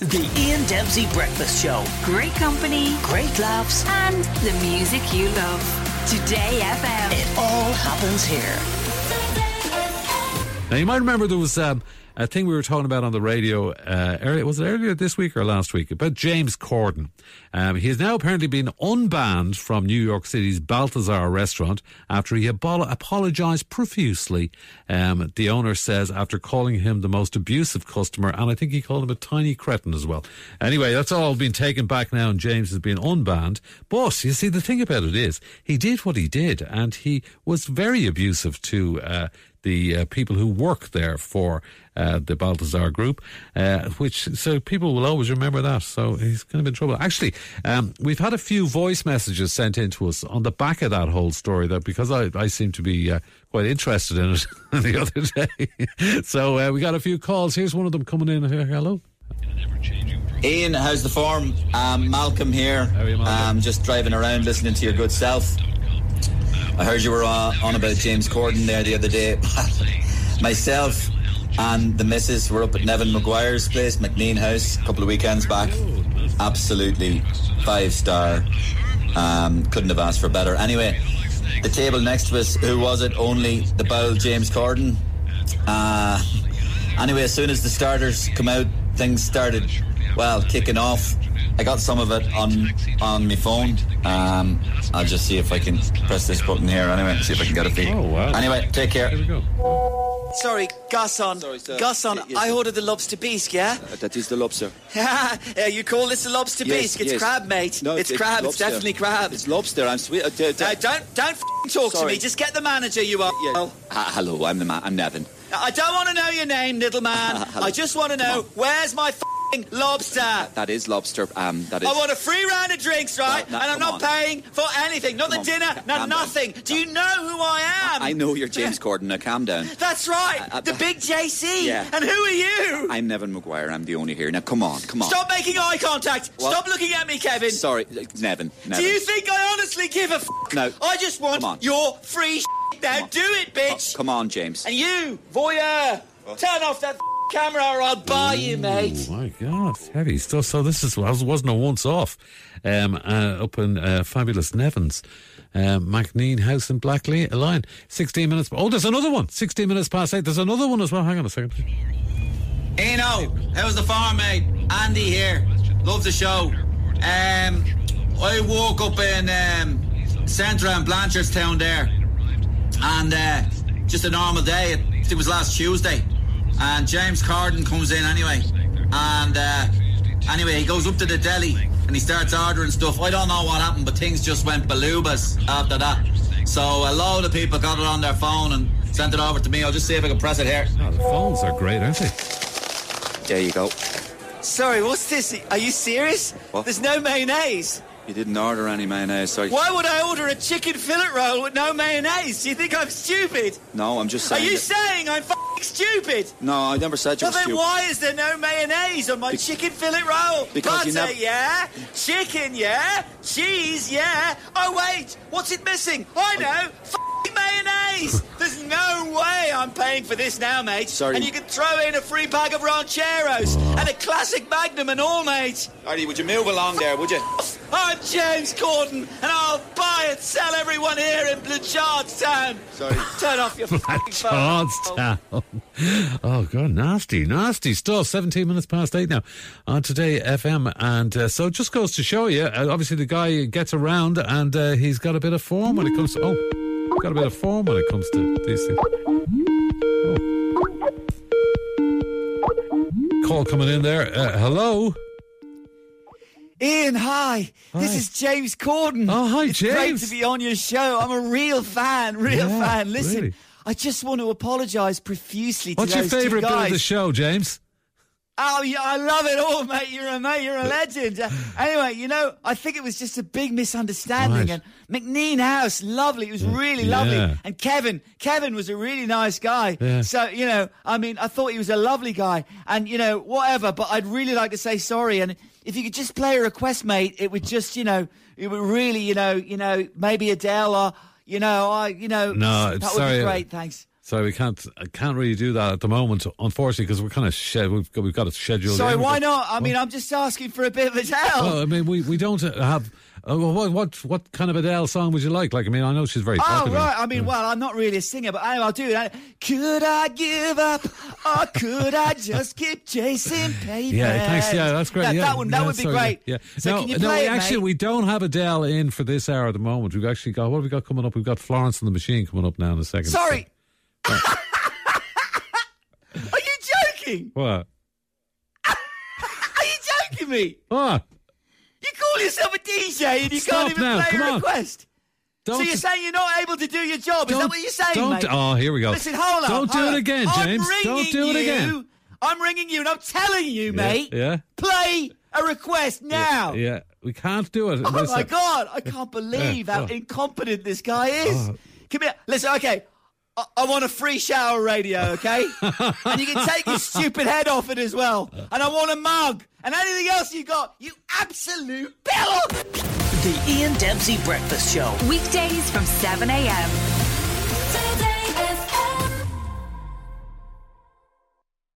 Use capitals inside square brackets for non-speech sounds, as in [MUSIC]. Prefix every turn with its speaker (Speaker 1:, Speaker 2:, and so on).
Speaker 1: The Ian Dempsey Breakfast Show.
Speaker 2: Great company
Speaker 1: Great laughs.
Speaker 2: and the music you love. Today FM.
Speaker 1: It all happens here.
Speaker 3: Now you might remember there was um, a thing we were talking about on the radio uh, earlier. Was it earlier this week or last week about James Corden? Um, he has now apparently been unbanned from New York City's Balthazar restaurant after he abol- apologized profusely. Um, the owner says after calling him the most abusive customer, and I think he called him a tiny cretin as well. Anyway, that's all been taken back now, and James has been unbanned. But you see, the thing about it is, he did what he did, and he was very abusive to. Uh, the uh, people who work there for uh, the Balthazar Group, uh, which so people will always remember that. So he's kind of in trouble. Actually, um, we've had a few voice messages sent in to us on the back of that whole story, though, because I, I seem to be uh, quite interested in it [LAUGHS] the other day. [LAUGHS] so uh, we got a few calls. Here's one of them coming in. here. Hello.
Speaker 4: Ian, how's the form? Um, Malcolm here.
Speaker 3: are you, Malcolm?
Speaker 4: Um, just driving around listening to your good self. I heard you were uh, on about James Corden there the other day. [LAUGHS] Myself and the missus were up at Nevin Maguire's place, McNean House, a couple of weekends back. Absolutely five star. Um, couldn't have asked for better. Anyway, the table next to us, who was it? Only the bowl James Corden. Uh, anyway, as soon as the starters come out, things started well kicking off. I got some of it on on my phone. Um, I'll just see if I can press this button here. Anyway, see if I can get a feed.
Speaker 3: Oh, wow.
Speaker 4: Anyway, take care.
Speaker 3: Here we go.
Speaker 5: Sorry, Gasson.
Speaker 6: Sorry, sir.
Speaker 5: Gasson,
Speaker 6: Yeah, yes,
Speaker 5: I
Speaker 6: sir.
Speaker 5: ordered the lobster bisque, yeah?
Speaker 6: Uh, That is the lobster.
Speaker 5: [LAUGHS] yeah? You call this a lobster
Speaker 6: Yes,
Speaker 5: bisque? It's
Speaker 6: yes.
Speaker 5: crab, mate.
Speaker 6: No,
Speaker 5: it's, crab. It's
Speaker 6: lobster.
Speaker 5: definitely crab.
Speaker 6: It's lobster. I'm sweet. Uh, d- d-
Speaker 5: Now, don't don't f***ing talk to
Speaker 6: Sorry.
Speaker 5: me. Just get the manager you are.
Speaker 6: Yeah. Ah, hello, I'm the man. I'm Nevin.
Speaker 5: I don't want to know your name, little man.
Speaker 6: [LAUGHS] Hello.
Speaker 5: I just want to know where's my f***ing lobster.
Speaker 6: That is lobster. Um, that is.
Speaker 5: I want a free round of drinks, right?
Speaker 6: No, no,
Speaker 5: and I'm
Speaker 6: come
Speaker 5: not
Speaker 6: on.
Speaker 5: paying for anything. Not
Speaker 6: Come
Speaker 5: the
Speaker 6: on.
Speaker 5: dinner,
Speaker 6: Calm
Speaker 5: not
Speaker 6: down.
Speaker 5: nothing. Do you know who I am?
Speaker 6: I know you're
Speaker 5: [LAUGHS]
Speaker 6: James Corden. Now calm down.
Speaker 5: That's right.
Speaker 6: I- I-
Speaker 5: the big JC.
Speaker 6: Yeah. Uh,
Speaker 5: And who are you?
Speaker 6: I'm Nevin Maguire. I'm the owner here. Now come on, come on.
Speaker 5: Stop making eye contact.
Speaker 6: What?
Speaker 5: Stop looking at me, Kevin.
Speaker 6: Sorry, uh, Nevin. Nevin.
Speaker 5: Do you think I honestly give a f?
Speaker 6: No.
Speaker 5: I just
Speaker 6: Come on.
Speaker 5: want your free s***.
Speaker 6: Come
Speaker 5: Now
Speaker 6: on.
Speaker 5: do it,
Speaker 6: Oh,
Speaker 5: bitch.
Speaker 6: come on, James.
Speaker 5: And you, voyeur, turn off that f- camera or I'll buy you, mate.
Speaker 3: Oh my God, it's heavy stuff. So this is was- wasn't a once off. Um, uh, up in uh, fabulous Nevins, um, McNean House in Blackley, Line. Sixteen minutes. Oh, there's another one. Sixteen minutes past eight. There's another one as well. Hang on a second.
Speaker 4: Eno, how's the farm, mate? Andy here. Love the show. Um, I woke up in um, Centra and Blanchardstown there, and uh, just a normal day. I think It was last Tuesday, and James Corden comes in anyway, and uh, anyway he goes up to the deli and he starts ordering stuff. I don't know what happened, but things just went balubas after that. So a load of people got it on their phone and sent it over to me. I'll just see if I can press it here.
Speaker 3: Oh, the phones are great, aren't they?
Speaker 6: There you go.
Speaker 5: Sorry, what's this? Are you serious?
Speaker 6: What?
Speaker 5: There's no mayonnaise.
Speaker 6: You didn't order any mayonnaise. Sorry.
Speaker 5: Why would I order a chicken fillet roll with no mayonnaise? Do you think I'm stupid?
Speaker 6: No, I'm just
Speaker 5: Are
Speaker 6: saying.
Speaker 5: you
Speaker 6: that-
Speaker 5: saying I'm f***ing stupid?
Speaker 6: no, I never said you
Speaker 5: Well,
Speaker 6: were
Speaker 5: then
Speaker 6: stupid.
Speaker 5: why is there no mayonnaise on my
Speaker 6: Be-
Speaker 5: chicken fillet roll?
Speaker 6: because
Speaker 5: Butter,
Speaker 6: you nev-
Speaker 5: yeah. Chicken, yeah. Cheese, yeah. Oh, wait. What's it missing? I know.
Speaker 6: [LAUGHS]
Speaker 5: F***ing mayonnaise. There's no way I'm paying for this now, mate.
Speaker 6: Sorry.
Speaker 5: And you can throw in a free bag of rancheros and a classic magnum and all, mate.
Speaker 6: Artie, would you move along there? Would you?
Speaker 5: I'm James Corden, and I'll buy and sell everyone here in Blanchardstown.
Speaker 6: Sorry.
Speaker 5: Turn
Speaker 6: [LAUGHS]
Speaker 5: off your f***ing phone.
Speaker 3: Charlestown. [LAUGHS] Oh, God, nasty, nasty stuff. 17 minutes past eight now on Today FM. And uh, so it just goes to show you, uh, obviously, the guy gets around and uh, he's got a bit of form when it comes to. Oh, got a bit of form when it comes to these things. Oh. Call coming in there. Uh, hello.
Speaker 5: Ian, hi. This
Speaker 3: Hi.
Speaker 5: is James Corden.
Speaker 3: Oh, hi,
Speaker 5: it's Great
Speaker 3: James.
Speaker 5: to be on your show. I'm a real fan, real
Speaker 3: Yeah,
Speaker 5: fan. Listen,
Speaker 3: really.
Speaker 5: I just want to apologise profusely to
Speaker 3: What's your
Speaker 5: those two
Speaker 3: favourite bit
Speaker 5: guys.
Speaker 3: of the show, James?
Speaker 5: Oh, yeah, I love it all, mate. You're a mate. You're a
Speaker 3: [LAUGHS]
Speaker 5: legend. Uh, anyway, you know, I think it was just a big misunderstanding.
Speaker 3: Right. Mm,
Speaker 5: And McNean House, lovely. It was really
Speaker 3: yeah.
Speaker 5: lovely. And Kevin, Kevin was a really nice guy.
Speaker 3: Yeah.
Speaker 5: So you know, I mean, I thought he was a lovely guy. And you know, whatever. But I'd really like to say sorry. And if you could just play a request, mate, it would just, you know, it would really, you know, you know, maybe Adele or, you know, I, you know,
Speaker 3: No,
Speaker 5: that would
Speaker 3: sorry.
Speaker 5: be great. Thanks.
Speaker 3: So we can't I can't really do that at the moment, unfortunately, because we're kind of shed, we've got, we've got it scheduled.
Speaker 5: Sorry,
Speaker 3: in.
Speaker 5: why not? I mean, I'm just asking for a bit of a tell.
Speaker 3: Well, I mean, we, we don't have. Uh, what, what what kind of Adele song would you like? Like, I mean, I know she's very
Speaker 5: Oh
Speaker 3: popular.
Speaker 5: right, I mean, well, I'm not really a singer, but I, I'll do it. Could I give up, or
Speaker 3: [LAUGHS]
Speaker 5: could I just keep chasing payback?
Speaker 3: Yeah, thanks. Yeah, that's great.
Speaker 5: That,
Speaker 3: yeah,
Speaker 5: that one, that
Speaker 3: yeah,
Speaker 5: would be
Speaker 3: sorry,
Speaker 5: great.
Speaker 3: Yeah. yeah.
Speaker 5: So
Speaker 3: no,
Speaker 5: can you
Speaker 3: no,
Speaker 5: play
Speaker 3: we
Speaker 5: it,
Speaker 3: actually,
Speaker 5: mate?
Speaker 3: we don't have Adele in for this hour at the moment. We've actually got what have we got coming up. We've got Florence and the Machine coming up now in a second.
Speaker 5: Sorry. [LAUGHS] Are you joking?
Speaker 3: So- what?
Speaker 5: Are you joking me?
Speaker 3: What?
Speaker 5: You call yourself a DJ and you
Speaker 3: Stop
Speaker 5: can't even
Speaker 3: now,
Speaker 5: play
Speaker 3: come
Speaker 5: a
Speaker 3: on.
Speaker 5: request.
Speaker 3: Don't,
Speaker 5: so you're saying you're not able to do your job? Is that
Speaker 3: don't-
Speaker 5: what you're saying,
Speaker 3: Don't.
Speaker 5: mate?
Speaker 3: Oh, here we go.
Speaker 5: Listen, hold on.
Speaker 3: Don't do it again, James. Don't do it again.
Speaker 5: I'm ringing you and I'm telling you, mate.
Speaker 3: yeah.
Speaker 5: Play a request now.
Speaker 3: Yeah, we can't do it.
Speaker 5: Oh my
Speaker 3: Listen.
Speaker 5: God, I can't believe how
Speaker 3: oh.
Speaker 5: incompetent this guy is.
Speaker 3: Oh.
Speaker 5: Come here. Listen, okay. I, I want a free shower radio,
Speaker 3: [LAUGHS]
Speaker 5: okay? and you can take your stupid head off it as well. And I want a mug. And anything else you got, you absolute bell.
Speaker 1: The Ian Dempsey Breakfast Show.
Speaker 2: Weekdays from 7 a.m.